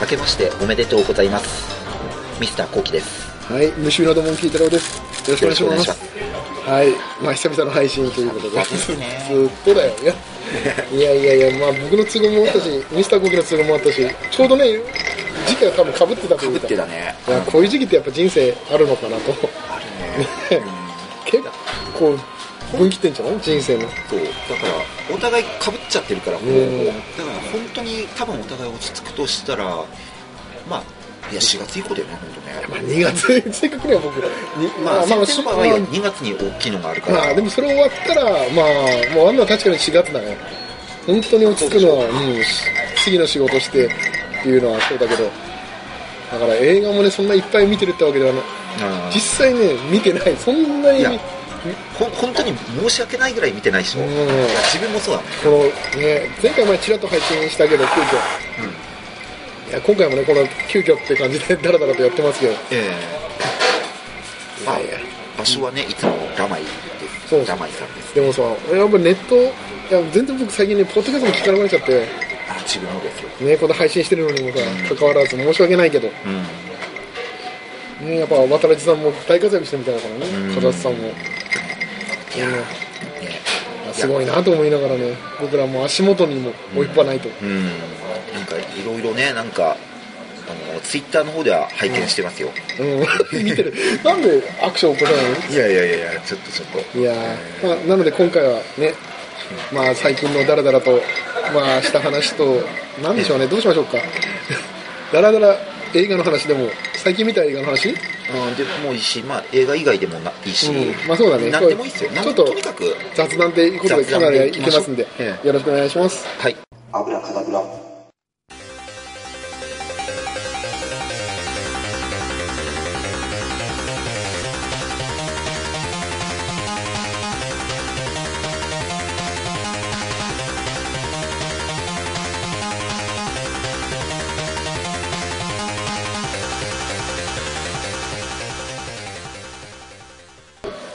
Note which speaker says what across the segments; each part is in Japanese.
Speaker 1: 明けましておめでとうございますミスターコウキです
Speaker 2: はい、無臭のドモンキー太郎です。よろしくお願いします。はい、まあ久々の配信ということで。
Speaker 1: すね
Speaker 2: ずっとだよ ね。いやいやいや、まあ僕の都合もあったし、ミスターコキの都合もあったし、ちょうどね、時期は多分被ってたと
Speaker 1: ぶ
Speaker 2: い
Speaker 1: っ
Speaker 2: うか。
Speaker 1: てだね
Speaker 2: いや、こういう時期ってやっぱ人生あるのかなと。
Speaker 1: あるね
Speaker 2: 結構、分岐点じゃない人生の。
Speaker 1: そうだからお互い被っちゃってるからこう
Speaker 2: うん
Speaker 1: だから本当に多分お互い落ち着くとしたらまあいや4月以降だよね本当ね
Speaker 2: まあ2月、 せっかくね、僕。に
Speaker 1: まあ、
Speaker 2: まあ、
Speaker 1: セプテンバーは2月に大きいのがあるから、
Speaker 2: まあでもそれ終わったら、まあ、もうあんなの確かに4月だね。本当に落ち着くのは、うん、し次の仕事してっていうのはそうだけど、だから映画もね、そんないっぱい見てるってわけではない。
Speaker 1: うん
Speaker 2: 実際ね、見てない。そんないに、
Speaker 1: や
Speaker 2: うん、
Speaker 1: ほ本当に申し訳ないぐらい見てないでしょ、
Speaker 2: うん
Speaker 1: いや自分もそうだね、
Speaker 2: このね、前回前ちらっと配信したけど、急遽。いや今回もね、この急遽って感じでダラダラとやってますけど。
Speaker 1: ええまあ
Speaker 2: いやいや
Speaker 1: 場所はねいつもラマイで
Speaker 2: そうそう
Speaker 1: すラマイさんです
Speaker 2: でもさ、俺やっぱネット、いや全然僕最近ね、ポッドキャストも聞かなくなっちゃって、
Speaker 1: あ自分のですよ、
Speaker 2: ね、この配信してるのにもさ、関わらず申し訳ないけど、
Speaker 1: うん、
Speaker 2: ね、やっぱ渡辺さんも大活躍してみたいだから
Speaker 1: うん
Speaker 2: ね、片瀬さんも、
Speaker 1: いや、
Speaker 2: うん
Speaker 1: ね、
Speaker 2: すごいなと思いながらね、僕らもう足元にも及ばないと、
Speaker 1: うんなんかいろいろねなんかあのツイッターの方では拝見してますよ、
Speaker 2: うん 見てる、なんでアクション起こさない
Speaker 1: いやいやいやいやちょっとちょっと
Speaker 2: のいやー、まあ、なので今回はね、まあ、最近のダラダラと、まあ、した話と、なんでしょうね、どうしましょうか、 ダラダラ映画の話でも、最近見た映画の話、
Speaker 1: うん、でもいいし、まあ、映画以外でもないいし、
Speaker 2: うんまあそうだね
Speaker 1: 何でもいいですよ
Speaker 2: そう
Speaker 1: なん
Speaker 2: ちょっと
Speaker 1: とにかく
Speaker 2: 雑談ということで、かなりいきますんで
Speaker 1: 雑談でいきましょ、う
Speaker 2: よろしくお願いします。
Speaker 1: はい
Speaker 3: 油かだぶら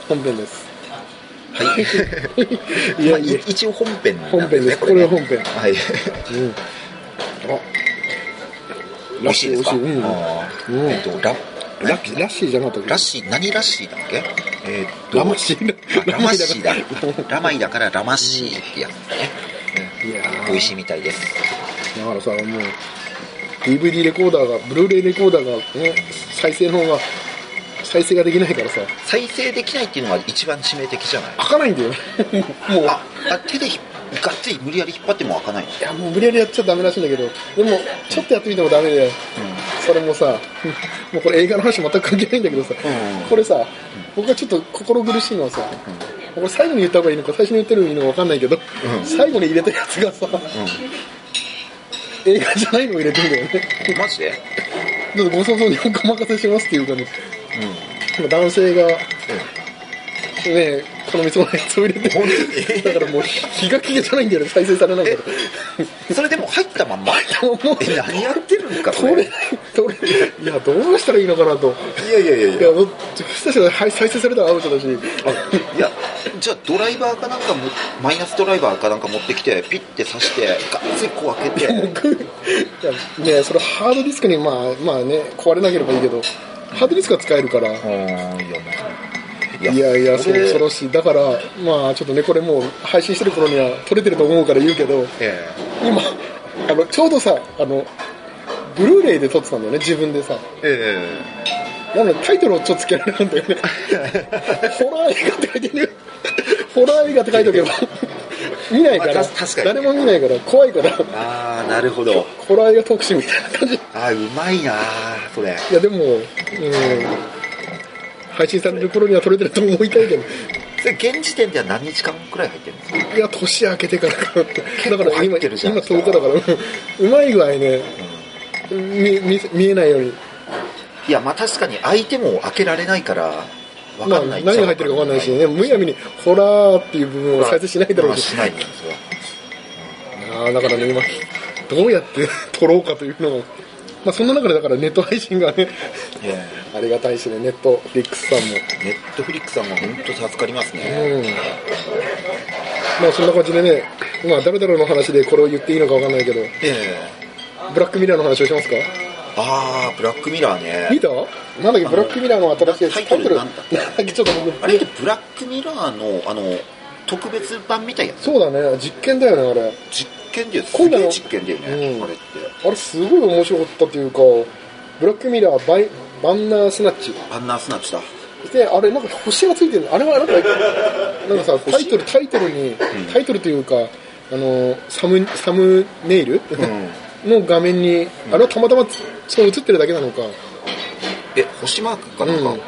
Speaker 2: 本編です。
Speaker 1: はい
Speaker 2: い
Speaker 1: まあ
Speaker 2: や
Speaker 1: い
Speaker 2: いや、
Speaker 1: 一応本編なん
Speaker 2: 本編です。これは本編。
Speaker 1: はい
Speaker 2: うん。
Speaker 1: 美味しいですか
Speaker 2: 美味しいうん
Speaker 1: あー
Speaker 2: うん
Speaker 1: えっとラ
Speaker 2: ラッキーラッシーじゃなかったっけ
Speaker 1: ラッシー何ラッシーだっけえーっと
Speaker 2: ラマシー
Speaker 1: あラマシーだ
Speaker 2: ラマシー
Speaker 1: ラマイだからラマシーってやつですね
Speaker 2: いやー
Speaker 1: 美味しいみたいです
Speaker 2: だからさもう DVD レコーダーがブルーレイレコーダーが、ね、再生の方が再生ができないからさ
Speaker 1: 再生できないっていうのが一番致命的じゃない
Speaker 2: 開かないんだよもう
Speaker 1: ああ手でひがっつり無理やり引っ張っても開かないの
Speaker 2: いやもう無理やりやっちゃダメらしいんだけどでもちょっとやってみてもダメで、それもさもうこれ映画の話全く関係ないんだけどさ、
Speaker 1: うん
Speaker 2: これさ僕がちょっと心苦しいのはさ、これ最後に言った方がいいのか最初に言ってるのがいいのか分かんないけど、
Speaker 1: うん
Speaker 2: 最後に入れたやつがさ、映画じゃないのを入れてんだよね
Speaker 1: マジで
Speaker 2: ちょっとご想像にお任せしますっていうかね、男性が、ねえ、このみそのやつを入れて、
Speaker 1: 本当に
Speaker 2: だからもう、日が消えじゃないんだよね、再生されないから。
Speaker 1: うんそれでも入ったまんま
Speaker 2: もう
Speaker 1: え何やってるんかこ
Speaker 2: 取れ
Speaker 1: れ
Speaker 2: ない、取れない。いや、どうしたらいいのかなと。
Speaker 1: いやいやいやい
Speaker 2: いや、もうしたらはい再生されたらアウトだし、
Speaker 1: いやじゃあドライバーかなんかもマイナスドライバーかなんか持ってきてピッて刺してガッツリこう開けて
Speaker 2: 僕、いや、ねそれハードディスクに、まあ、まあね、壊れなければいいけど、ハードディスクは使えるから。
Speaker 1: い
Speaker 2: いやいや、そ
Speaker 1: そ
Speaker 2: う
Speaker 1: れ
Speaker 2: 恐ろしい。だから、まあ、ちょっとね、これもう、配信してる頃には撮れてると思うから言うけど、
Speaker 1: え
Speaker 2: 今あのちょうどさあのブルーレイで撮ってたんだよね自分でさ
Speaker 1: ええ
Speaker 2: なのでタイトルをちょっとつけられるんだよ ねホラー映画って書いてるホラー映画って書いておけば見ないから,、
Speaker 1: まあた確かに
Speaker 2: 誰も見ないから怖いから
Speaker 1: えああなるほど
Speaker 2: ホラー映画特集みたいな感じい
Speaker 1: ああうまいなーそれ
Speaker 2: やでもうん配信される頃には撮れてると思いたいけど
Speaker 1: それ現時点では何日間くらい入ってるんですか
Speaker 2: いや年明けてからかなって
Speaker 1: 結
Speaker 2: だ
Speaker 1: 構
Speaker 2: から
Speaker 1: 入
Speaker 2: 今
Speaker 1: ってるじゃん
Speaker 2: 今10日だからうんうまい具合ね見見見えないように
Speaker 1: いやまあ確かに相手も開けられないからわ
Speaker 2: ま
Speaker 1: か
Speaker 2: あ、
Speaker 1: んない
Speaker 2: 何が入ってるか分かんないしね、むやみにホラーっていう部分を再生しないだろう
Speaker 1: し
Speaker 2: し、
Speaker 1: ないんですよ
Speaker 2: ああだからね、今、どうやって 撮ろうかというのが、まあ、そんな中でだからネット配信がね、
Speaker 1: え
Speaker 2: ありがたいしね、ネットフリックスさんも、
Speaker 1: えネットフリックさんも本当助かりますね
Speaker 2: うん、まあそんな感じでね、まあ、誰々の話でこれを言っていいのか分かんないけど、
Speaker 1: ええ
Speaker 2: ブラックミラーの話をしますか
Speaker 1: ああブラックミラーね
Speaker 2: 見たなんだっけブラックミラーの新しいやつ
Speaker 1: タイトル
Speaker 2: なんだっけちょっと僕
Speaker 1: あれってブラックミラーのあの特別版みたいな
Speaker 2: そうだね実験だよねあれ
Speaker 1: 実験だよす
Speaker 2: 今度
Speaker 1: げえ
Speaker 2: の
Speaker 1: 実験だよね、
Speaker 2: うん
Speaker 1: あれって
Speaker 2: あれすごい面白かったというかブラックミラーバイバンナースナッチ
Speaker 1: あんなスナッチだ
Speaker 2: であれなんか星がついてるあれはなんかなんかさタイトルタイトルにタイトルというかあのサムサムネイル、の画面にあれはたまたまそう映ってるだけなのか、
Speaker 1: え星マークかなんか、
Speaker 2: うん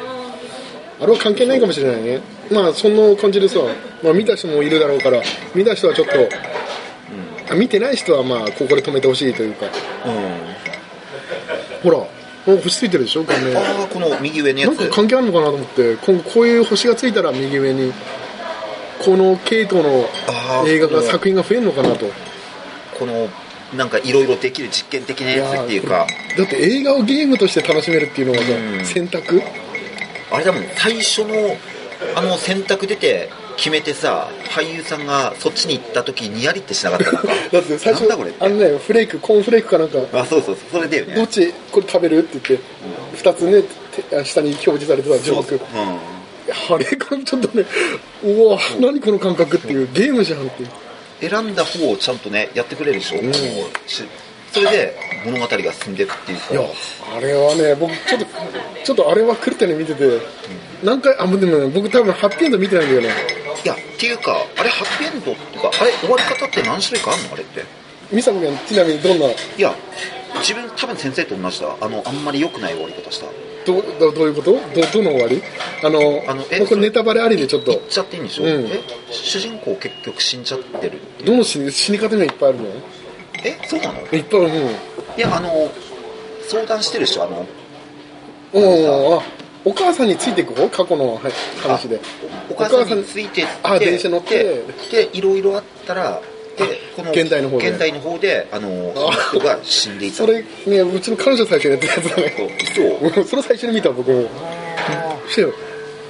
Speaker 2: あれは関係ないかもしれないねまあそんな感じでさ、まあ、見た人もいるだろうから見た人はちょっと、あ見てない人はまあここで止めてほしいというか
Speaker 1: うん
Speaker 2: ほらもう星ついてるでしょ画面
Speaker 1: ああこの右上のや
Speaker 2: なん
Speaker 1: つ
Speaker 2: か関係あるのかなと思って今後こういう星がついたら右上にこの系統の
Speaker 1: あー
Speaker 2: 映画が
Speaker 1: これ
Speaker 2: 作品が増えるのかなと
Speaker 1: このなんかいろいろできる実験的なやつっていうか
Speaker 2: だって映画をゲームとして楽しめるっていうのがさ、
Speaker 1: うん
Speaker 2: 選択
Speaker 1: あれだもん最初のあの選択出て決めてさ俳優さんがそっちに行った時にやりってしなかったなんか
Speaker 2: だって最初
Speaker 1: なんだこれって
Speaker 2: あのねフレークコーンフレークかなんか
Speaker 1: あそうそうそうそれだよ
Speaker 2: どっ
Speaker 1: ね
Speaker 2: ちこれ食べるって言って2つねてあ下に表示されてた字
Speaker 1: そう
Speaker 2: 幕
Speaker 1: うん
Speaker 2: あれがちょっとねうわ何この感覚っていうゲームじゃんっていう
Speaker 1: 選んだ方をちゃんとねやってくれるでしょ、
Speaker 2: ん
Speaker 1: しそれで物語が進んでいくっていうか
Speaker 2: いやあれはね僕ちょっとちょっとあれは狂ったね見てて何回あでもね僕多分ハッピーエンド見てないんだよね
Speaker 1: いやっていうかあれハッピーエンドっていうかあれ終わり方って何種類かあるのあれって
Speaker 2: 美佐子ちゃんちなみにどんない
Speaker 1: や自分多分先生と同じだあのあんまり良くない終わり方した
Speaker 2: どどどういうことどどの終わりあの
Speaker 1: あのえ
Speaker 2: もうこれネタバレありでちょっ
Speaker 1: 言っ
Speaker 2: と
Speaker 1: ちゃっていいんでしょ、
Speaker 2: うん
Speaker 1: え主人公結局死んじゃってる
Speaker 2: どの死に死に方にはいっぱいあるのい
Speaker 1: えそうなのい
Speaker 2: っぱいあるうん
Speaker 1: やあの相談してるでしょあの
Speaker 2: おあお母さんについていく方過去のはい話で
Speaker 1: お母さんについてって
Speaker 2: あ電車乗って
Speaker 1: でいろいろあったらでこの
Speaker 2: 現代の方で
Speaker 1: 現代の方であの
Speaker 2: あ
Speaker 1: その人が死んでいた
Speaker 2: それねうちの彼女最初にやってたやつだ
Speaker 1: そう
Speaker 2: ね
Speaker 1: そう
Speaker 2: うん それ最初に見た僕もそして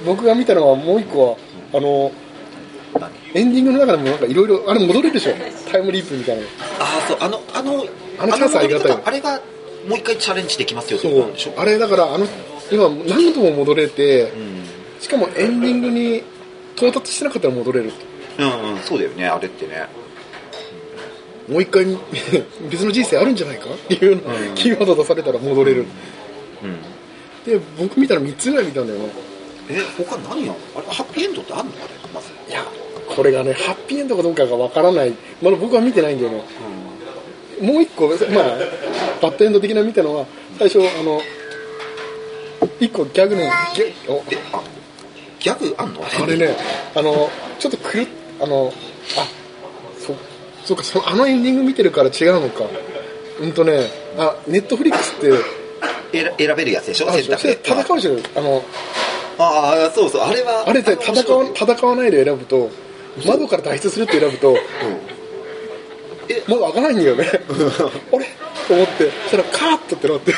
Speaker 2: 僕が見たのはもう一個はあの
Speaker 1: 何
Speaker 2: エンディングの中でもなんかいろいろあれ戻れるでしょタイムリープみたいなの
Speaker 1: ああそうあのあの
Speaker 2: あのチャンスありがたいよ
Speaker 1: あれがもう一回チャレンジできますよって
Speaker 2: そ
Speaker 1: ことな
Speaker 2: うん
Speaker 1: でしょ
Speaker 2: あれだからあの今何度も戻れて
Speaker 1: うん
Speaker 2: しかもエンディングに到達してなかったら戻れる
Speaker 1: うんうんそうだよねあれってね
Speaker 2: もう一回 別の人生あるんじゃないかっていうようなキーワード出されたら戻れる、
Speaker 1: うん
Speaker 2: で僕見たら3つぐらい見たんだよね
Speaker 1: え他何やんあれハッピーエンドってあんのあれまず
Speaker 2: いやこれがねハッピーエンドかどうかがわからないまだ僕は見てないんだよねもう一個まあバッドエンド的な見たのは最初あの一個ギャグのギャお
Speaker 1: えあギャグあんの
Speaker 2: あれねあのちょっとくるっあのあそそうかそのあのエンディング見てるから違うのかうんとねあネットフリックスって
Speaker 1: えら選べるやつでしょ
Speaker 2: あるで
Speaker 1: 選
Speaker 2: し
Speaker 1: 択
Speaker 2: ょ
Speaker 1: で
Speaker 2: 戦うじゃんあの
Speaker 1: ああそうそうあれは
Speaker 2: あれで
Speaker 1: は
Speaker 2: 戦
Speaker 1: 面白
Speaker 2: わ
Speaker 1: い
Speaker 2: 戦わないで選ぶと窓から脱出するって選ぶと
Speaker 1: え
Speaker 2: 窓開かないんだよねあれと思ってそしたらカーッとってなって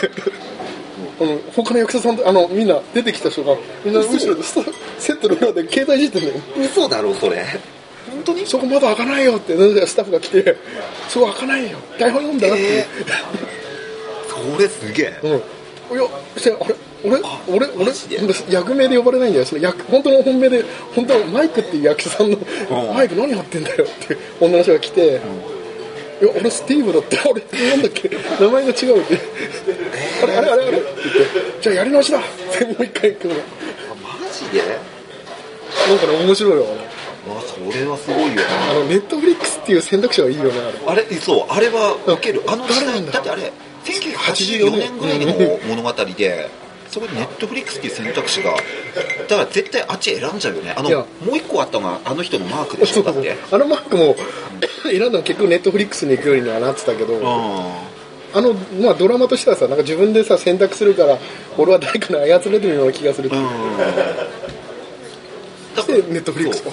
Speaker 2: あの他の役者さんとあのみんな出てきた人がみんな後ろでスタセットの裏で携帯いじってんだよ
Speaker 1: 嘘だろそれ本当に
Speaker 2: そこ窓開かないよってスタッフが来てそこ開かないよ台本読んだなっていう、
Speaker 1: それすげえ
Speaker 2: うんいやしてあれ俺
Speaker 1: あ
Speaker 2: 俺俺
Speaker 1: マジで
Speaker 2: 役名で呼ばれないんだよその役本当の本名で本当はマイクっていう役者さん
Speaker 1: ん
Speaker 2: のマイク何やってんだよって女の人が来て、いや俺スティーブだって俺なんだっけ名前が違うって、あれあれあれあれって言ってじゃあやり直しだ ってもう一回行くのな
Speaker 1: あマジで
Speaker 2: んかね面白いよ
Speaker 1: あそれはすごいよ
Speaker 2: あのネットフリックスっていう選択肢はいいよねあれ
Speaker 1: あれそうあれは受けるあの時
Speaker 2: 誰な
Speaker 1: 代
Speaker 2: んだ
Speaker 1: だってあれ1984年ぐらいの物語で そこにネットフリックスっていう選択肢がだから絶対あっち選んじゃうよねあの
Speaker 2: いや
Speaker 1: もう一個あったのがあの人のマークでし
Speaker 2: そ
Speaker 1: ょ
Speaker 2: うそ
Speaker 1: だ
Speaker 2: う
Speaker 1: っ
Speaker 2: そう
Speaker 1: て
Speaker 2: あのマークも 選んだの結局ネットフリックスに行くようにはなってたけど、
Speaker 1: あ
Speaker 2: あの、まあ、ドラマとしてはさなんか自分でさ選択するから俺は誰かに操れてるような気がする、
Speaker 1: あうんだ
Speaker 2: でネットフリックス
Speaker 1: そう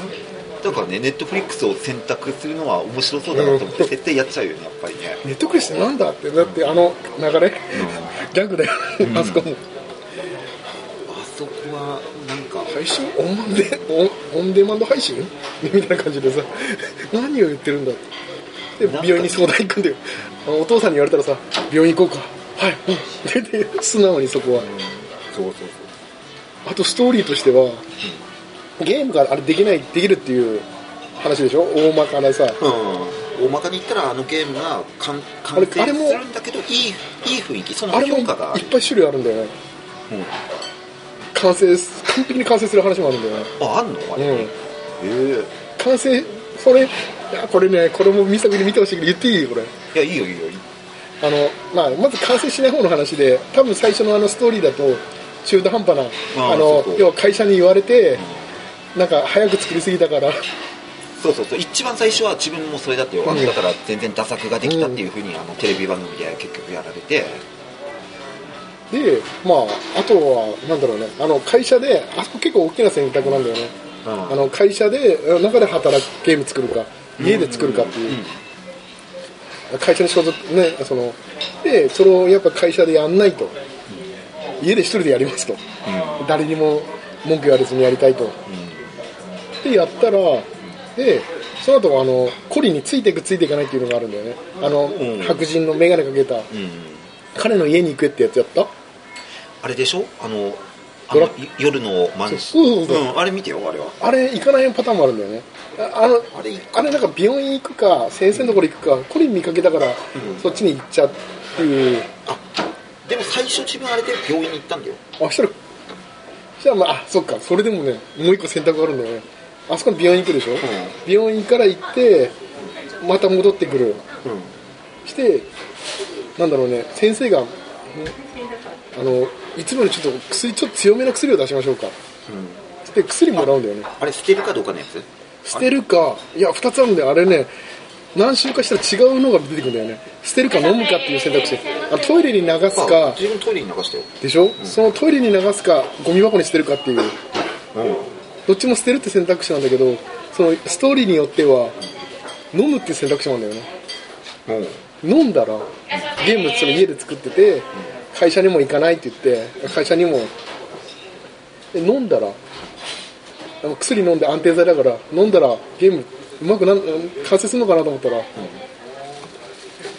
Speaker 1: だからねネットフリックスを選択するのは面白そうだなと思って
Speaker 2: うん
Speaker 1: 絶対やっちゃうよねやっぱりね
Speaker 2: ネットフリックスってなんだってだってあの流れ、ギャグだよ、あそこも
Speaker 1: あそこはなんか
Speaker 2: 配信オンデオンオンデマンド配信みたいな感じでさ何を言ってるんだってで病院に相談行くんだよあのお父さんに言われたらさ病院行こうかはいうんって言って素直にそこは
Speaker 1: そうそうそう
Speaker 2: あとストーリーとしてはゲームがあれできないできるっていう話でしょ大まかなさ
Speaker 1: うん、大まかに言ったらあのゲームが完
Speaker 2: あ
Speaker 1: 完
Speaker 2: れ
Speaker 1: 成す
Speaker 2: あれも
Speaker 1: るんだけどいいいい雰囲気その
Speaker 2: あれもい
Speaker 1: 評
Speaker 2: っ
Speaker 1: 価があ
Speaker 2: ぱ
Speaker 1: る
Speaker 2: い種類あるんだよね
Speaker 1: うん
Speaker 2: 完成す完璧に完成する話もあるんだよね
Speaker 1: ああんのあれ、
Speaker 2: うん
Speaker 1: え
Speaker 2: 完成これいやこれねこれも見た目で見てほしいけど言っていいこれ
Speaker 1: えいやいいよいいよいいよ
Speaker 2: あの、まあ、まず完成しない方の話で多分最初のあのストーリーだと中途半端な
Speaker 1: あ
Speaker 2: あ
Speaker 1: そ
Speaker 2: の
Speaker 1: うそう
Speaker 2: 要は会社に言われてなんか早く作りすぎたから
Speaker 1: そうそうそう一番最初は自分もそれだってよ、
Speaker 2: うん
Speaker 1: だから全然打作ができたっていうふうにあのテレビ番組で結局やられて
Speaker 2: でまああとはなんだろうねあの会社であそこ結構大きな選択なんだよね
Speaker 1: うん
Speaker 2: あの会社であの中で働くゲーム作るか家で作るかっていう、会社の仕事ねそのでそれをやっぱ会社でやんないと家で一人でやりますと誰にも文句言われずにやりたいとでやったらでその後あのコリについていくついていかないっていうのがあるんだよねあの、
Speaker 1: うん
Speaker 2: 白人の眼鏡かけた
Speaker 1: うん、うん、
Speaker 2: 彼の家に行くってやつやった
Speaker 1: あれでしょあのあ
Speaker 2: ドラ
Speaker 1: のい夜のマンシ
Speaker 2: そうそうそうそう
Speaker 1: うん、あれ見てよあれは
Speaker 2: あれ行かないパターンもあるんだよねああの
Speaker 1: あれ
Speaker 2: あれなんか病院行くか先生のところ行くかコリン見かけたから、
Speaker 1: うん
Speaker 2: そっちに行っちゃうっていう
Speaker 1: あでも最初自分あれで病院に行ったんだよ
Speaker 2: あそしたらそしたらまああそっかそれでもねもう一個選択があるんだよねあそこに病院行くでしょ、病院から行ってまた戻ってくる
Speaker 1: うん
Speaker 2: してなんだろうね先生がんあのいつもよりちょっと薬ちょっと強めの薬を出しましょうか
Speaker 1: うん
Speaker 2: つって薬もらうんだよね
Speaker 1: あれ捨てるかどうかのやつ
Speaker 2: 捨てるかいや2つあるんだよあれね何週かしたら違うのが出てくるんだよね捨てるか飲むかっていう選択肢あトイレに流す
Speaker 1: あ
Speaker 2: か
Speaker 1: 自分トイレに流したよ
Speaker 2: でしょ、そのトイレに流すかゴミ箱に捨てるかっていう
Speaker 1: うん
Speaker 2: どっちも捨てるって選択肢なんだけどそのストーリーによっては飲むっていう選択肢もあるんだよね
Speaker 1: うん
Speaker 2: 飲んだらゲームそれ家で作ってて会社にも行かないって言って会社にもで飲んだらあの薬飲んで安定剤だから飲んだらゲームうまくなんうん完成するのかなと思ったら、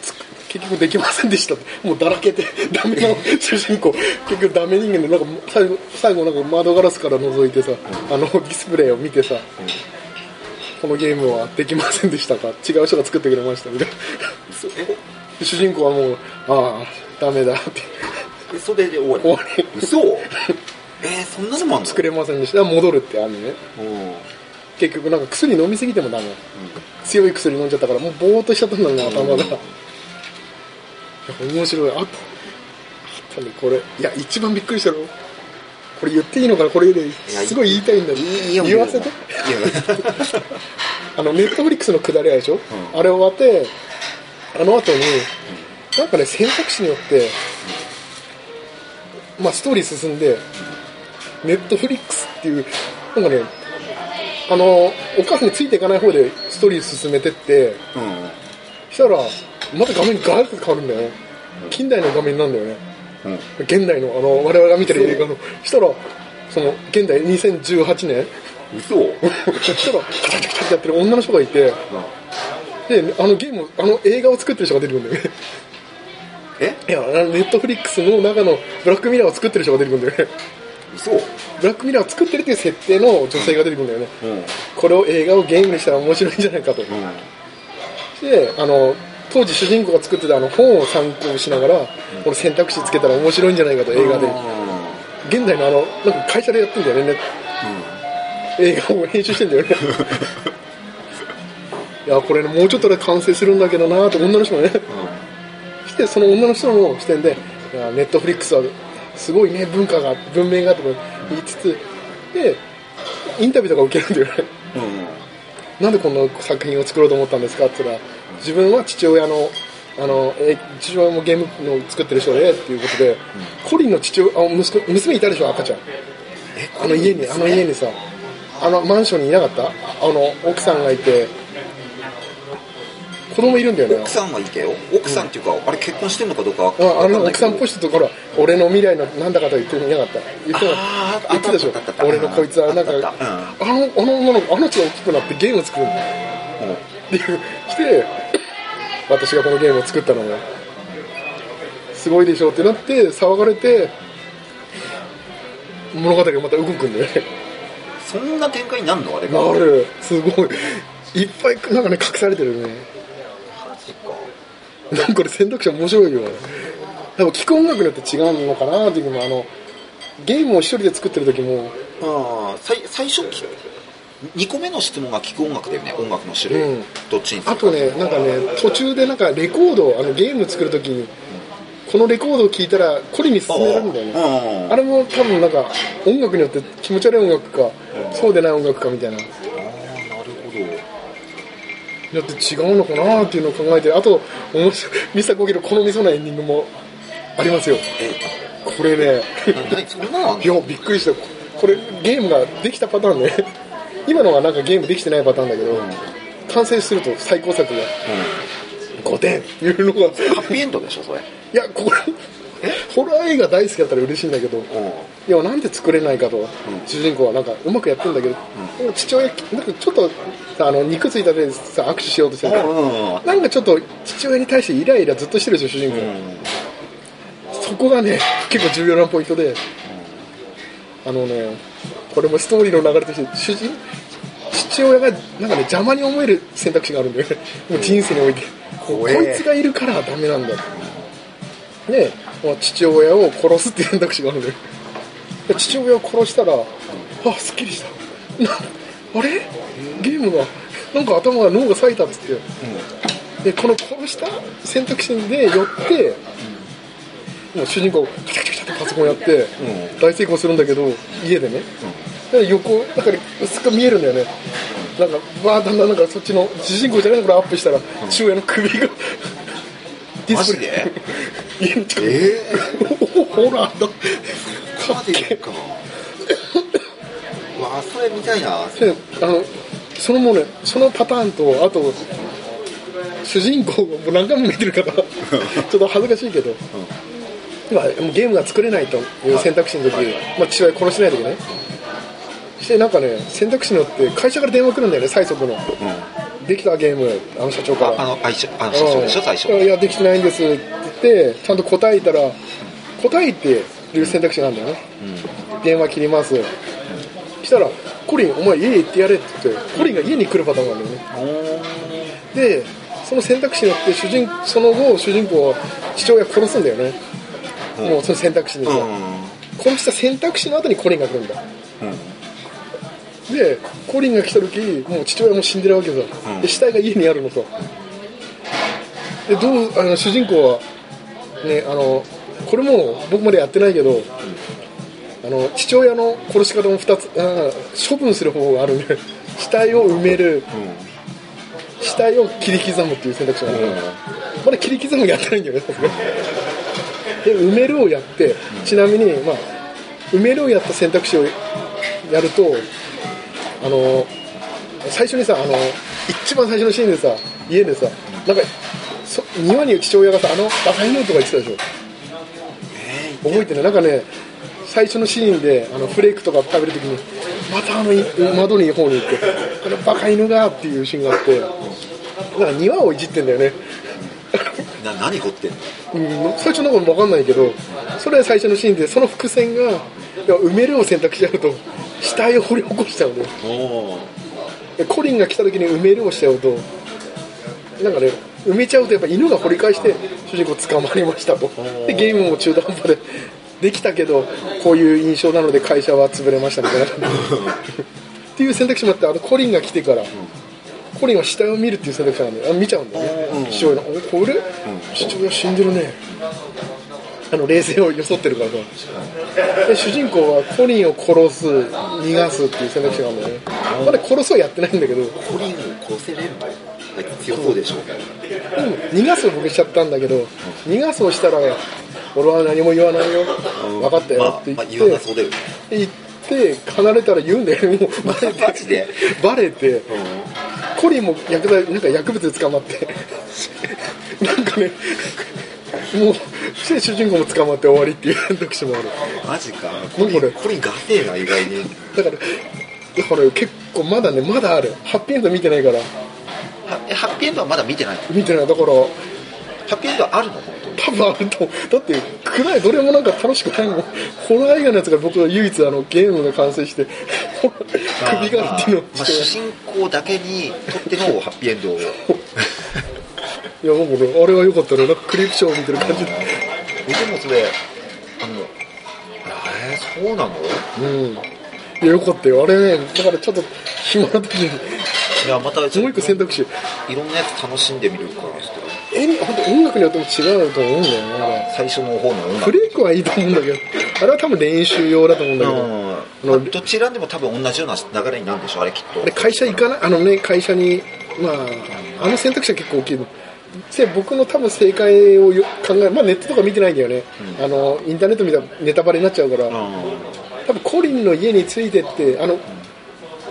Speaker 2: つ結局できませんでしたってもうだらけてダメの主人公結局ダメ人間でなんか最後最後なんか窓ガラスから覗いてさあのディスプレイを見てさ、このゲームはできませんでしたか違う人が作ってくれましたみたいな
Speaker 1: そえ
Speaker 2: 主人公はもうああダメだって
Speaker 1: えそれで終わり
Speaker 2: 終わり
Speaker 1: 嘘えー、そんなのもあんの
Speaker 2: 作れませんでした戻るってあるね
Speaker 1: うんうん
Speaker 2: 結局なんか薬飲みすぎてもダメ強い薬飲んじゃったからもうぼーっとしちゃったんだね頭が、
Speaker 1: うん
Speaker 2: いや面白いあったあったねこれいや一番びっくりしたのこれ言っていいのかなこれで
Speaker 1: や
Speaker 2: すごい言いたいんだけど
Speaker 1: いいよ
Speaker 2: 言わせて
Speaker 1: いや
Speaker 2: あのネットフリックスの下りあるでしょ、あれ終わってあの後になんかね選択肢によってまあストーリー進んでネットフリックスっていうなんかねあのお母さんについていかない方でストーリー進めてってしたらまた画面ガラッと変わるんだよね近代の画面なんだよね
Speaker 1: うんうん
Speaker 2: 現代のあの我々が見てる映画のしたらその現代2018年
Speaker 1: 嘘うん
Speaker 2: したらカチャカチャカチャってやってる女の人がいてであのゲームあの映画を作ってる人が出てくるんだよね
Speaker 1: え
Speaker 2: いやネットフリックスの中のブラックミラーを作ってる人が出てくるんだよね
Speaker 1: 嘘
Speaker 2: ブラックミラーを作ってるっていう設定の女性が出てくるんだよね
Speaker 1: うんうん
Speaker 2: これを映画をゲームにしたら面白いんじゃないかとであの当時主人公が作ってたあの本を参考にしながら、この選択肢つけたら面白いんじゃないかと映画で、現代のあのなんか会社でやってんだよね、映画を編集してんだよねいやこれねもうちょっとで完成するんだけどなーって女の人がねしてその女の人の視点でいやネットフリックスはすごいね文化が文明がとか言いつつでインタビューとか受けるんだよね
Speaker 1: うんうん
Speaker 2: なんでこんな作品を作ろうと思ったんですかって言ったら自分は父親のあのえ父親もゲームの作ってる人でっていうことで、コリンの父親あ息子娘いたでしょ赤ちゃんあの家にあの家にさあのマンションにいなかったあの奥さんがいて子供いるんだよね
Speaker 1: 奥さんはいたよ奥さんっていうか、あれ結婚してんのかどうかわかん
Speaker 2: あ
Speaker 1: な
Speaker 2: あの
Speaker 1: い
Speaker 2: 奥
Speaker 1: けど
Speaker 2: さんっぽい人とほら俺の未来のなんだかと言っていなかった言ってなか
Speaker 1: あ
Speaker 2: った
Speaker 1: ー
Speaker 2: 言ってたでし
Speaker 1: あったあったあっ
Speaker 2: ょ
Speaker 1: た
Speaker 2: 俺のこいつはなんか
Speaker 1: あったあったあ
Speaker 2: あのあの女の子あの人が大きくなってゲーム作るんだっていうして私がこのゲームを作ったのもすごいでしょってなって騒がれて物語がまた動くんだよね
Speaker 1: そんな展開になるのあれが
Speaker 2: なるすごいいっぱいなんかね隠されてるね
Speaker 1: マジか
Speaker 2: なんかこれ選択肢面白いよ多分聞く音楽によって違うのかなっていうのもあのゲームを一人で作ってる時も
Speaker 1: ああ最最初聞2個目の質問が聞く音楽だよね音楽の種類、
Speaker 2: うん
Speaker 1: どっちにする
Speaker 2: あとねなんかね途中でなんかレコードあのゲーム作る時にこのレコードを聴いたらこれに進められるんだよね
Speaker 1: うん
Speaker 2: あれも多分なんか音楽によって気持ち悪い音楽かそうでない音楽かみたいなに
Speaker 1: あーなるほど
Speaker 2: よって違うのかなっていうのを考えてあと面白いミサコギの好みそうなエンディングもありますよ
Speaker 1: え
Speaker 2: これね
Speaker 1: 何そんなのあん
Speaker 2: いやびっくりしたここれゲームができたパターンね今のはなんかゲームできてないパターンだけど完成すると最高作が5点っていうのが
Speaker 1: ハッピーエンドでしょそれ
Speaker 2: いやこれホラー映画大好きだったら嬉しいんだけど
Speaker 1: うん
Speaker 2: いやなんで作れないかと、主人公はなんかうまくやってんだけど、父親なんかちょっとさあの肉ついた手でさ握手しようとしてるから、
Speaker 1: うん
Speaker 2: なんかちょっと父親に対してイライラずっとしてるでしょ主人公、そこがね結構重要なポイントで、あのねこれもストーリーの流れとして主人父親がなんかね邪魔に思える選択肢があるんだよねもう人生において、こ
Speaker 1: 怖
Speaker 2: い
Speaker 1: え
Speaker 2: つがいるからダメなんだねまあ父親を殺すっていう選択肢があるんだよで父親を殺したらあすっきりしたなあれゲームがなんか頭が脳が冴えたっつって、でこの殺した選択肢で寄って、もう主人公カチャカチャカチャってパソコンやって、大成功するんだけど家でね、で横なんかね薄く見えるんだよねなんかわあだんだんなんかそっちの主人公じゃないところアップしたら父親の首がディスプ レ
Speaker 1: マジで
Speaker 2: イ家の近くに
Speaker 1: ええ
Speaker 2: おほらだ
Speaker 1: ー、マジかわあそれみたいな
Speaker 2: であのそのもうねそのパターンとあと主人公がもう何回も見てるか らちょっと恥ずかしいけど、今もうゲームが作れないという選択肢の時、
Speaker 1: はい
Speaker 2: まあ、父親殺してない時ねそしてなんかね選択肢によって会社から電話来るんだよね最速の、できたゲームあの社長か
Speaker 1: あ
Speaker 2: ら
Speaker 1: あのあいしあのそうでしょ最初
Speaker 2: うんいやできてないんですって言ってちゃんと答えたら答えていう選択肢があるんだよね、電話切ります、したらコリンお前家行ってやれって言ってコリンが家に来るパターンがあるんだよねでその選択肢によって主人その後主人公は父親殺すんだよね、もうその選択肢に、
Speaker 1: うん
Speaker 2: 殺した選択肢の後にコリンが来るんだ、でコリンが来た時もう父親も死んでるわけさ、で死体が家にあるのさでどうあの主人公はねあのこれも僕までやってないけど、あの父親の殺し方も2つあー処分する方法があるね死体を埋める、死体を切り刻むっていう選択肢がある、まだ切り刻むやってないんだよねさすがにで埋めるをやってちなみに、まあ、埋めるをやった選択肢をやるとあの最初にさあの一番最初のシーンでさ家でさなんかそ庭に父親がさあのダサいのとか言ってたでしょ覚えてないなんかね最初のシーンであのフレークとか食べるときにまたあのい窓に方に行ってあのバカ犬がっていうシーンがあってなんか庭をいじってんだよね
Speaker 1: な何掘ってんの
Speaker 2: うん、最初のこと分かんないけどそれは最初のシーンでその伏線がいや埋めるを選択しちゃうと死体を掘り起こしちゃうのよ
Speaker 1: お
Speaker 2: でコリンが来た時に埋めるをしちゃうとなんかね埋めちゃうとやっぱ犬が掘り返して主人公捕まりましたとでゲームも中途半端で できたけどこういう印象なので会社は潰れましたみたいな っていう選択肢もあってあのコリンが来てから、コリンは死体を見るっていう選択肢なんであ見ちゃうんだよね父親の「おこれ父親死んでるね」あの冷静を装ってるからさで主人公はコリンを殺す逃がすっていう選択肢があるんだよねまだ殺すはやってないんだけど
Speaker 1: コリンを殺せれるのあいつ強そうでしょ
Speaker 2: でも逃がすを僕しちゃったんだけど逃がすをしたら俺は何も言わないよ分かったよって
Speaker 1: まあま
Speaker 2: 言っ
Speaker 1: あ、言わな
Speaker 2: て
Speaker 1: そうだよね
Speaker 2: 言って離れたら言うんだよねもうバレて
Speaker 1: マジで
Speaker 2: バレてコリンも薬剤なんか薬物で捕まってなんかねもうそして主人公も捕まって終わりっていう選択肢もある
Speaker 1: マジかコ
Speaker 2: こ
Speaker 1: リン
Speaker 2: れ
Speaker 1: コリンガセーな意外に
Speaker 2: だからだから結構まだねまだあるハッピーエンド見てないから
Speaker 1: はえハッピーエンドはまだ見てないの
Speaker 2: 見てないだから
Speaker 1: ハッピーエンドはあるの本当に
Speaker 2: 多分あると思うだって暗いどれもなんか楽しくないもんホラー映画のやつが僕は唯一あのゲームが完成 して首があるっていうのを
Speaker 1: まあ、主人公だけにとってのハッピーエンドを
Speaker 2: いや僕ねあれは良かったねなんかクリプションみたいな感じで
Speaker 1: でもそれあのえー、そうなの
Speaker 2: うんいや良かったよあれねだからちょっと暇な時に
Speaker 1: いやまたもう
Speaker 2: もう一個選択肢
Speaker 1: いろんなやつ楽しんでみるからですけど
Speaker 2: え本当音楽によっても違うと思うんだよねあれ
Speaker 1: 最初の方の音
Speaker 2: フ
Speaker 1: 楽
Speaker 2: レークはいいと思うんだけどあれは多分練習用だと思うんだけど、
Speaker 1: うんまあどちらでも多分同じような流れになるんでしょあれきっと
Speaker 2: で会社行かないあのね会社にまああの選択肢は結構大きいのせ僕の多分正解をよ考えまあネットとか見てないんだよね、あのインターネット見たらネタバレになっちゃうから、
Speaker 1: うん
Speaker 2: 多分コリンの家についてってあの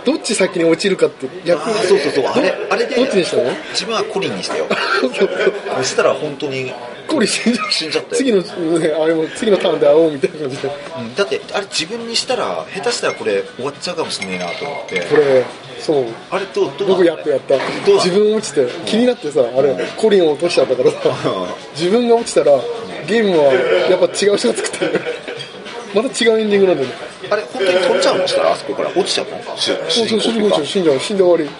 Speaker 2: どっち先に落ちるかって
Speaker 1: あ
Speaker 2: 役
Speaker 1: ーそうそうそうあれ
Speaker 2: ど
Speaker 1: あれで
Speaker 2: どっちにし たの
Speaker 1: 自分はコリンにしたよ
Speaker 2: そう
Speaker 1: そしたら本当に
Speaker 2: コリン死んじゃ
Speaker 1: 死んじゃったよ
Speaker 2: 次の、ね、あれも次のターンで会おうみたいな感じで
Speaker 1: うんだってあれ自分にしたら下手したらこれ終わっちゃうかもしれないなと思って
Speaker 2: これそう
Speaker 1: あれどうどう
Speaker 2: 僕
Speaker 1: な
Speaker 2: や
Speaker 1: ん
Speaker 2: っ
Speaker 1: だ
Speaker 2: たやった
Speaker 1: どうな
Speaker 2: 自
Speaker 1: んだ
Speaker 2: 分落ちて気になってさあれコリンを落としちゃったからさ自分が落ちたらゲームはやっぱ違う人が作ってるまた違うエンディングなんだよね
Speaker 1: あれ本当に飛んじゃうのしたらあそこから落ちちゃうの主
Speaker 2: そうそ
Speaker 1: 人公
Speaker 2: う
Speaker 1: っ
Speaker 2: 死ん
Speaker 1: て
Speaker 2: じ
Speaker 1: いうか
Speaker 2: ゃう死んじゃう死んで終わ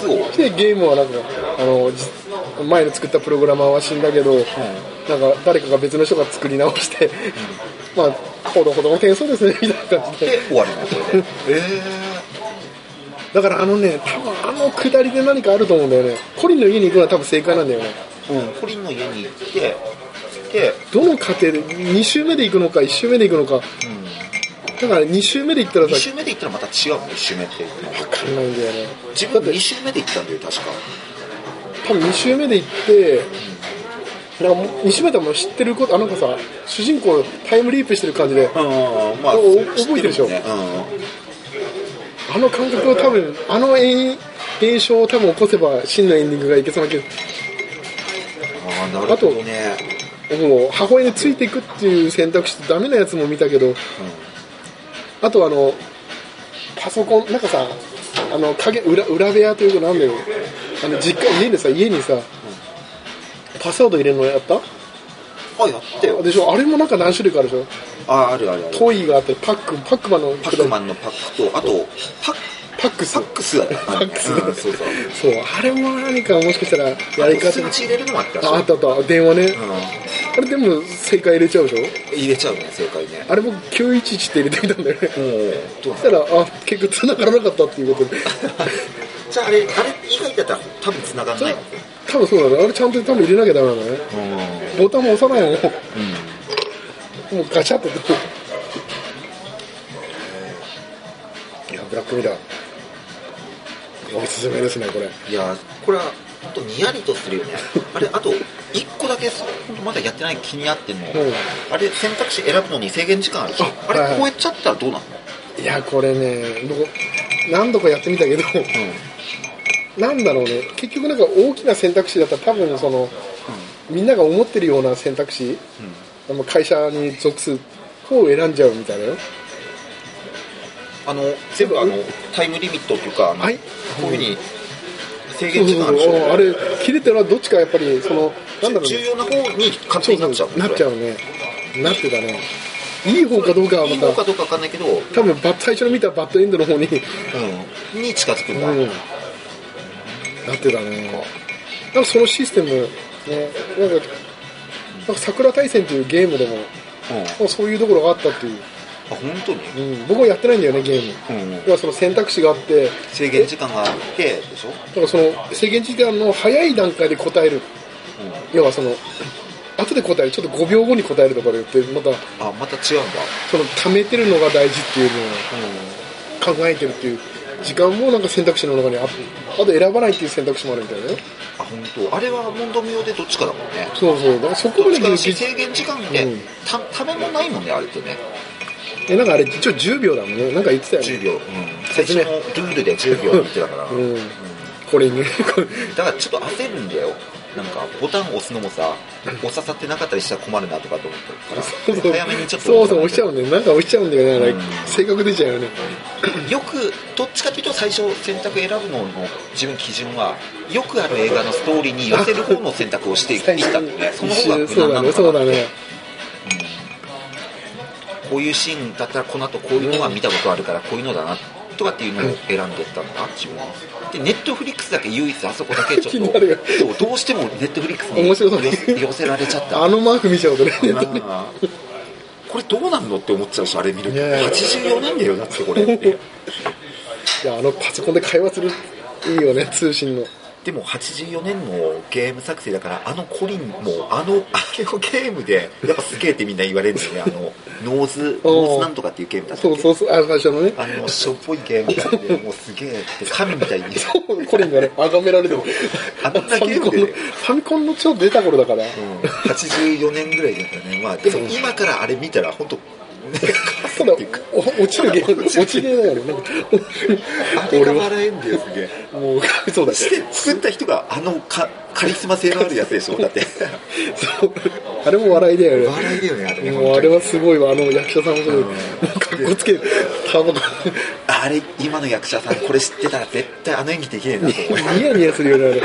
Speaker 1: 嘘を
Speaker 2: りでゲームはなんかあのじ前の作ったプログラマーは死んだけどなんか誰かが別の人が作り直してまあほどほどの点数ですねみたいな感じで
Speaker 1: で終わりのこれでえ
Speaker 2: だからあのね多分あの下りで何かあると思うんだよねコリンの家に行くのは多分正解なんだよね
Speaker 1: えー、コリンの家に行ってで
Speaker 2: どの家庭で2周目で行くのか1周目で行くのか、だから2周目で行ったら
Speaker 1: 2
Speaker 2: さ
Speaker 1: 周目で行ったらまた違うの1周目って
Speaker 2: 分かんないんだよね
Speaker 1: 自分2周目で行ったんだよ確か
Speaker 2: 多分2周目で行ってなんかもう2周目でもう知ってることあなんかさ主人公タイムリープしてる感じで
Speaker 1: うんまあ
Speaker 2: お
Speaker 1: 知って
Speaker 2: 覚えてるでしょ
Speaker 1: もんねうん
Speaker 2: あの感覚を多分あの演現象を多分起こせば真のエンディングがいけそうな気が
Speaker 1: ああなるほどね
Speaker 2: もう母親についていくっていう選択肢とダメなやつも見たけど、あとあのパソコンなんかさあの影裏裏部屋というかなんだよあの実家家でさ家にさ、パスワード入れるのやった
Speaker 1: あやったよ
Speaker 2: でしょあれもなんか何種類かあるでしょ
Speaker 1: ああるあるある
Speaker 2: トイがあったりパックパックマンの
Speaker 1: パックマンのパックとあとパッ
Speaker 2: パックス
Speaker 1: パックスだね
Speaker 2: パックス
Speaker 1: うんうんそうそう
Speaker 2: そうあれも何かもしかしたらやり
Speaker 1: あと
Speaker 2: 方
Speaker 1: 数値入れるのもあったでし
Speaker 2: ああ
Speaker 1: ょ
Speaker 2: ったあった電話ね、
Speaker 1: う
Speaker 2: あれでも正解入れちゃうでしょ
Speaker 1: ん入れちゃうね正解ね
Speaker 2: あれ僕911って入れてみたんだよね
Speaker 1: もうどうなん
Speaker 2: そし
Speaker 1: だ
Speaker 2: たらあ結局繋がらなかったっていうこと で
Speaker 1: じゃああれあれ以外だったら多分繋がんない
Speaker 2: 多分そうなのあれちゃんと多分入れなきゃダメなのね
Speaker 1: うん
Speaker 2: ボタンも押さないもん、もうガチャっといやブラックミラーおすすめですねこれ
Speaker 1: いやこれは本当にやりとするよねあれあと一個だけそうほんとまだやってない気になってんの、
Speaker 2: うん
Speaker 1: あれ選択肢選ぶのに制限時間あるでしょ
Speaker 2: あ
Speaker 1: あ
Speaker 2: はいはい
Speaker 1: れ超えちゃったらどうなの、
Speaker 2: いやこれねどこ何度かやってみたけどなんだろうね結局なんか大きな選択肢だったら多分その、みんなが思ってるような選択肢、まあ会社に属する方を選んじゃうみたいなよ
Speaker 1: あの全部あのタイムリミットっていうかあの
Speaker 2: はい
Speaker 1: こういうふうに制
Speaker 2: そ
Speaker 1: 限
Speaker 2: う
Speaker 1: 時間
Speaker 2: そ
Speaker 1: あるで
Speaker 2: う
Speaker 1: しょ
Speaker 2: そうあれ切れたらどっちかやっぱりそのなんだろう
Speaker 1: 重
Speaker 2: ね
Speaker 1: 要な方に勝手になっちゃう
Speaker 2: なっちゃうねなってたねいい方かどうかはい
Speaker 1: い
Speaker 2: ま
Speaker 1: 方
Speaker 2: た
Speaker 1: かどうかわかんないけど、
Speaker 2: 多分バッ最初の見たバッドエンドの方に、
Speaker 1: うん、に近づく
Speaker 2: うんん、
Speaker 1: だ、
Speaker 2: なってたねなんかそのシステムねなんかなんか桜大戦というゲームでも
Speaker 1: うんあ
Speaker 2: もうそういうところがあったっていう、
Speaker 1: 本当に、
Speaker 2: うん、僕はやってないんだよねゲーム
Speaker 1: うん
Speaker 2: 要はその選択肢があって
Speaker 1: 制限時間があってでしょ、
Speaker 2: だからその制限時間の早い段階で答える
Speaker 1: う
Speaker 2: 要はその後で答えるちょっと5秒後に答えるとかで言ってまた
Speaker 1: ん、あまた違うんだ、
Speaker 2: その貯めてるのが大事っていうのを考えてるっていう時間もなんか選択肢の中にあってあと選ばないっていう選択肢もあるみたいなね
Speaker 1: あ本当あれは問答無用でどっちかだもんね
Speaker 2: そうそうだからそこ
Speaker 1: ど
Speaker 2: ま
Speaker 1: っ
Speaker 2: で
Speaker 1: ちか
Speaker 2: 技
Speaker 1: だし
Speaker 2: 術
Speaker 1: 制限時間で、
Speaker 2: うん
Speaker 1: たためもないもんねあれってね
Speaker 2: えなんかあれ一応10秒だもんねなんか言ってたよね
Speaker 1: 10秒、うん、最初のルールで10秒って言ってたから、
Speaker 2: うんこれねこれ
Speaker 1: だからちょっと焦るんだよなんかボタン押すのもさお刺さってなかったりしたら困るなとかと思ったから
Speaker 2: そうそう
Speaker 1: 早めにちょっと
Speaker 2: そうそう押しちゃうんだよなんか押しちゃうんだよねあれ
Speaker 1: うん
Speaker 2: 性格出ちゃうよね
Speaker 1: よくどっちかというと最初選択選ぶのの自分基準はよくある映画のストーリーに寄せる方の選択をしていったんだ よねその方が無
Speaker 2: そうだ
Speaker 1: 難な
Speaker 2: ね
Speaker 1: の
Speaker 2: そう
Speaker 1: かな
Speaker 2: だね
Speaker 1: こういうシーンだったらこの後こういうのは見たことあるからこういうのだなとかっていうのを選んでったのかな自分はでネットフリックスだけ唯一あそこだけちょ
Speaker 2: 気
Speaker 1: っ
Speaker 2: に
Speaker 1: と
Speaker 2: なるよ
Speaker 1: そうどうしてもネットフリックスに
Speaker 2: 面白そうね
Speaker 1: 寄せ寄せられちゃった
Speaker 2: あのマーク見ちゃうとね
Speaker 1: あーこれどうなんのって思っちゃうしあれ見ると
Speaker 2: いやいや
Speaker 1: 84なんだよだってこれって
Speaker 2: いやあのパソコンで会話するいいよね通信の
Speaker 1: でも84年のゲーム作成だからあのコリンもあのあれをゲームでやっぱすげえってみんな言われるんだよねあのノーズノーズなんとかっていうゲームだったっ
Speaker 2: そう
Speaker 1: け
Speaker 2: そうそうあ最初のね
Speaker 1: あのしょっぽいゲームでもうすげえって神みたいに
Speaker 2: コリンがね崇められても
Speaker 1: あんなゲームで
Speaker 2: ファミコンのファミコンの超出た頃だから
Speaker 1: うん84年ぐらいだったねまあでも今からあれ見たら本当
Speaker 2: ただお落ちるゲーム落ちゲーだよねなんか
Speaker 1: あれ
Speaker 2: 俺
Speaker 1: が
Speaker 2: は
Speaker 1: 笑えんだよすげえ
Speaker 2: もうそうだね
Speaker 1: して作った人があのカカリスマ性のあるやつでしょだって
Speaker 2: そうあれも笑いだよね
Speaker 1: 笑いだよねあれね
Speaker 2: もうあれはすごいわあの役者さんもすご
Speaker 1: う
Speaker 2: い
Speaker 1: ん
Speaker 2: もうかっこつけタバコ
Speaker 1: あれ今の役者さんこれ知ってたら絶対あの演技できねえなと思
Speaker 2: ニヤニヤするよね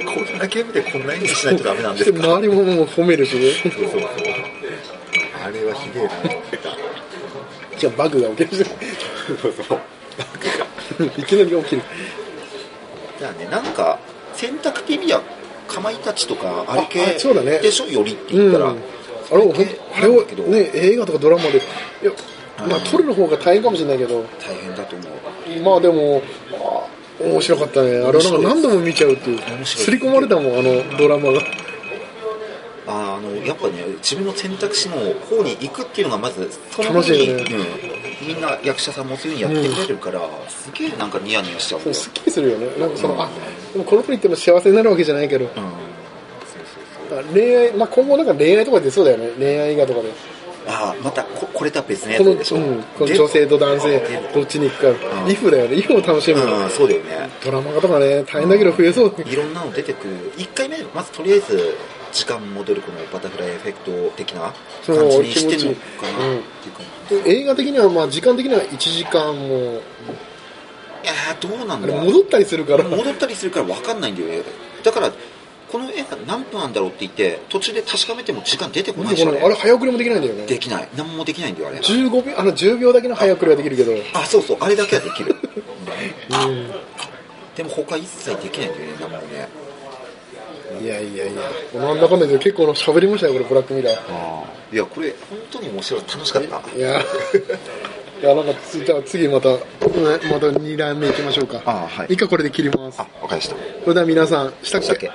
Speaker 1: うこんなゲームでこんな演技しないとダメな
Speaker 2: あ
Speaker 1: ん
Speaker 2: れ
Speaker 1: で
Speaker 2: です
Speaker 1: か
Speaker 2: 周りももう褒めるしね
Speaker 1: そうそうそうあれはひでえな
Speaker 2: じゃあバグが起きる
Speaker 1: そうそう
Speaker 2: いきなり起きる
Speaker 1: だからねなんか選択的にはかまいたちとかあれ系
Speaker 2: あそうだね
Speaker 1: でしょよりって
Speaker 2: う
Speaker 1: 言っ
Speaker 2: ん
Speaker 1: たら、
Speaker 2: あれをほんあれをね映画とかドラマでいやまあ撮るの方が大変かもしれないけど
Speaker 1: 大変だと思う
Speaker 2: まあでもあ面白かったねあれをなんか何度も見ちゃうっていう
Speaker 1: 白いです
Speaker 2: 刷り込まれたもんあのドラマが
Speaker 1: あーあのやっぱね自分の選択肢の方に行くっていうのがまずその
Speaker 2: 楽しいよね
Speaker 1: うんみんな役者さんもそういうふうにやってくれるから、すげえなんかニヤニヤしちゃうんだ
Speaker 2: もう
Speaker 1: よ
Speaker 2: すっきりするよねなんかその、あでもこの子に言っても幸せになるわけじゃないけど
Speaker 1: うんそうそうそう
Speaker 2: 恋愛、まあ、今後なんか恋愛とか出そうだよね恋愛映画とかで
Speaker 1: ああまたここれとは別のや
Speaker 2: この,、
Speaker 1: つでしょ、
Speaker 2: うん、この女性と男性
Speaker 1: で
Speaker 2: どっちに行くか、リフだよねリフを楽しむ、
Speaker 1: うんそうだよね
Speaker 2: ドラマ化とかね大変だけど増えそう
Speaker 1: いろんなの出てくる1回目まずとりあえず時間戻るこのバタフライエフェクト的な
Speaker 2: そう
Speaker 1: 感じにしてんのかな
Speaker 2: うん
Speaker 1: っていうか
Speaker 2: 映画的にはまあ時間的には1時間も
Speaker 1: いやーどうなんだ
Speaker 2: あれ
Speaker 1: ろう
Speaker 2: 戻ったりするから
Speaker 1: 戻ったりするから分かんないんだよねだからこの映画何分あんだろうって言って途中で確かめても時間出てこ
Speaker 2: 見
Speaker 1: ない
Speaker 2: て
Speaker 1: し
Speaker 2: こないあれ早送りもできないんだよね
Speaker 1: できない何もできないんだよあれ
Speaker 2: 15秒あの10秒だけの早送りはできるけど
Speaker 1: あそうそうあれだけはでき る
Speaker 2: う
Speaker 1: でも他一切できないんだよね何もね
Speaker 2: んいやいやいやなんだかんだで結構な喋りましたよこれブラックミラー
Speaker 1: いやこれ本当に面白い楽しかった
Speaker 2: いや いやなんかつじゃあ次また、ね、また2段目いきましょうか
Speaker 1: あはい
Speaker 2: 一回これで切ります
Speaker 1: あわかりました
Speaker 2: それでは皆さんしたっ
Speaker 1: したっ
Speaker 2: け
Speaker 1: け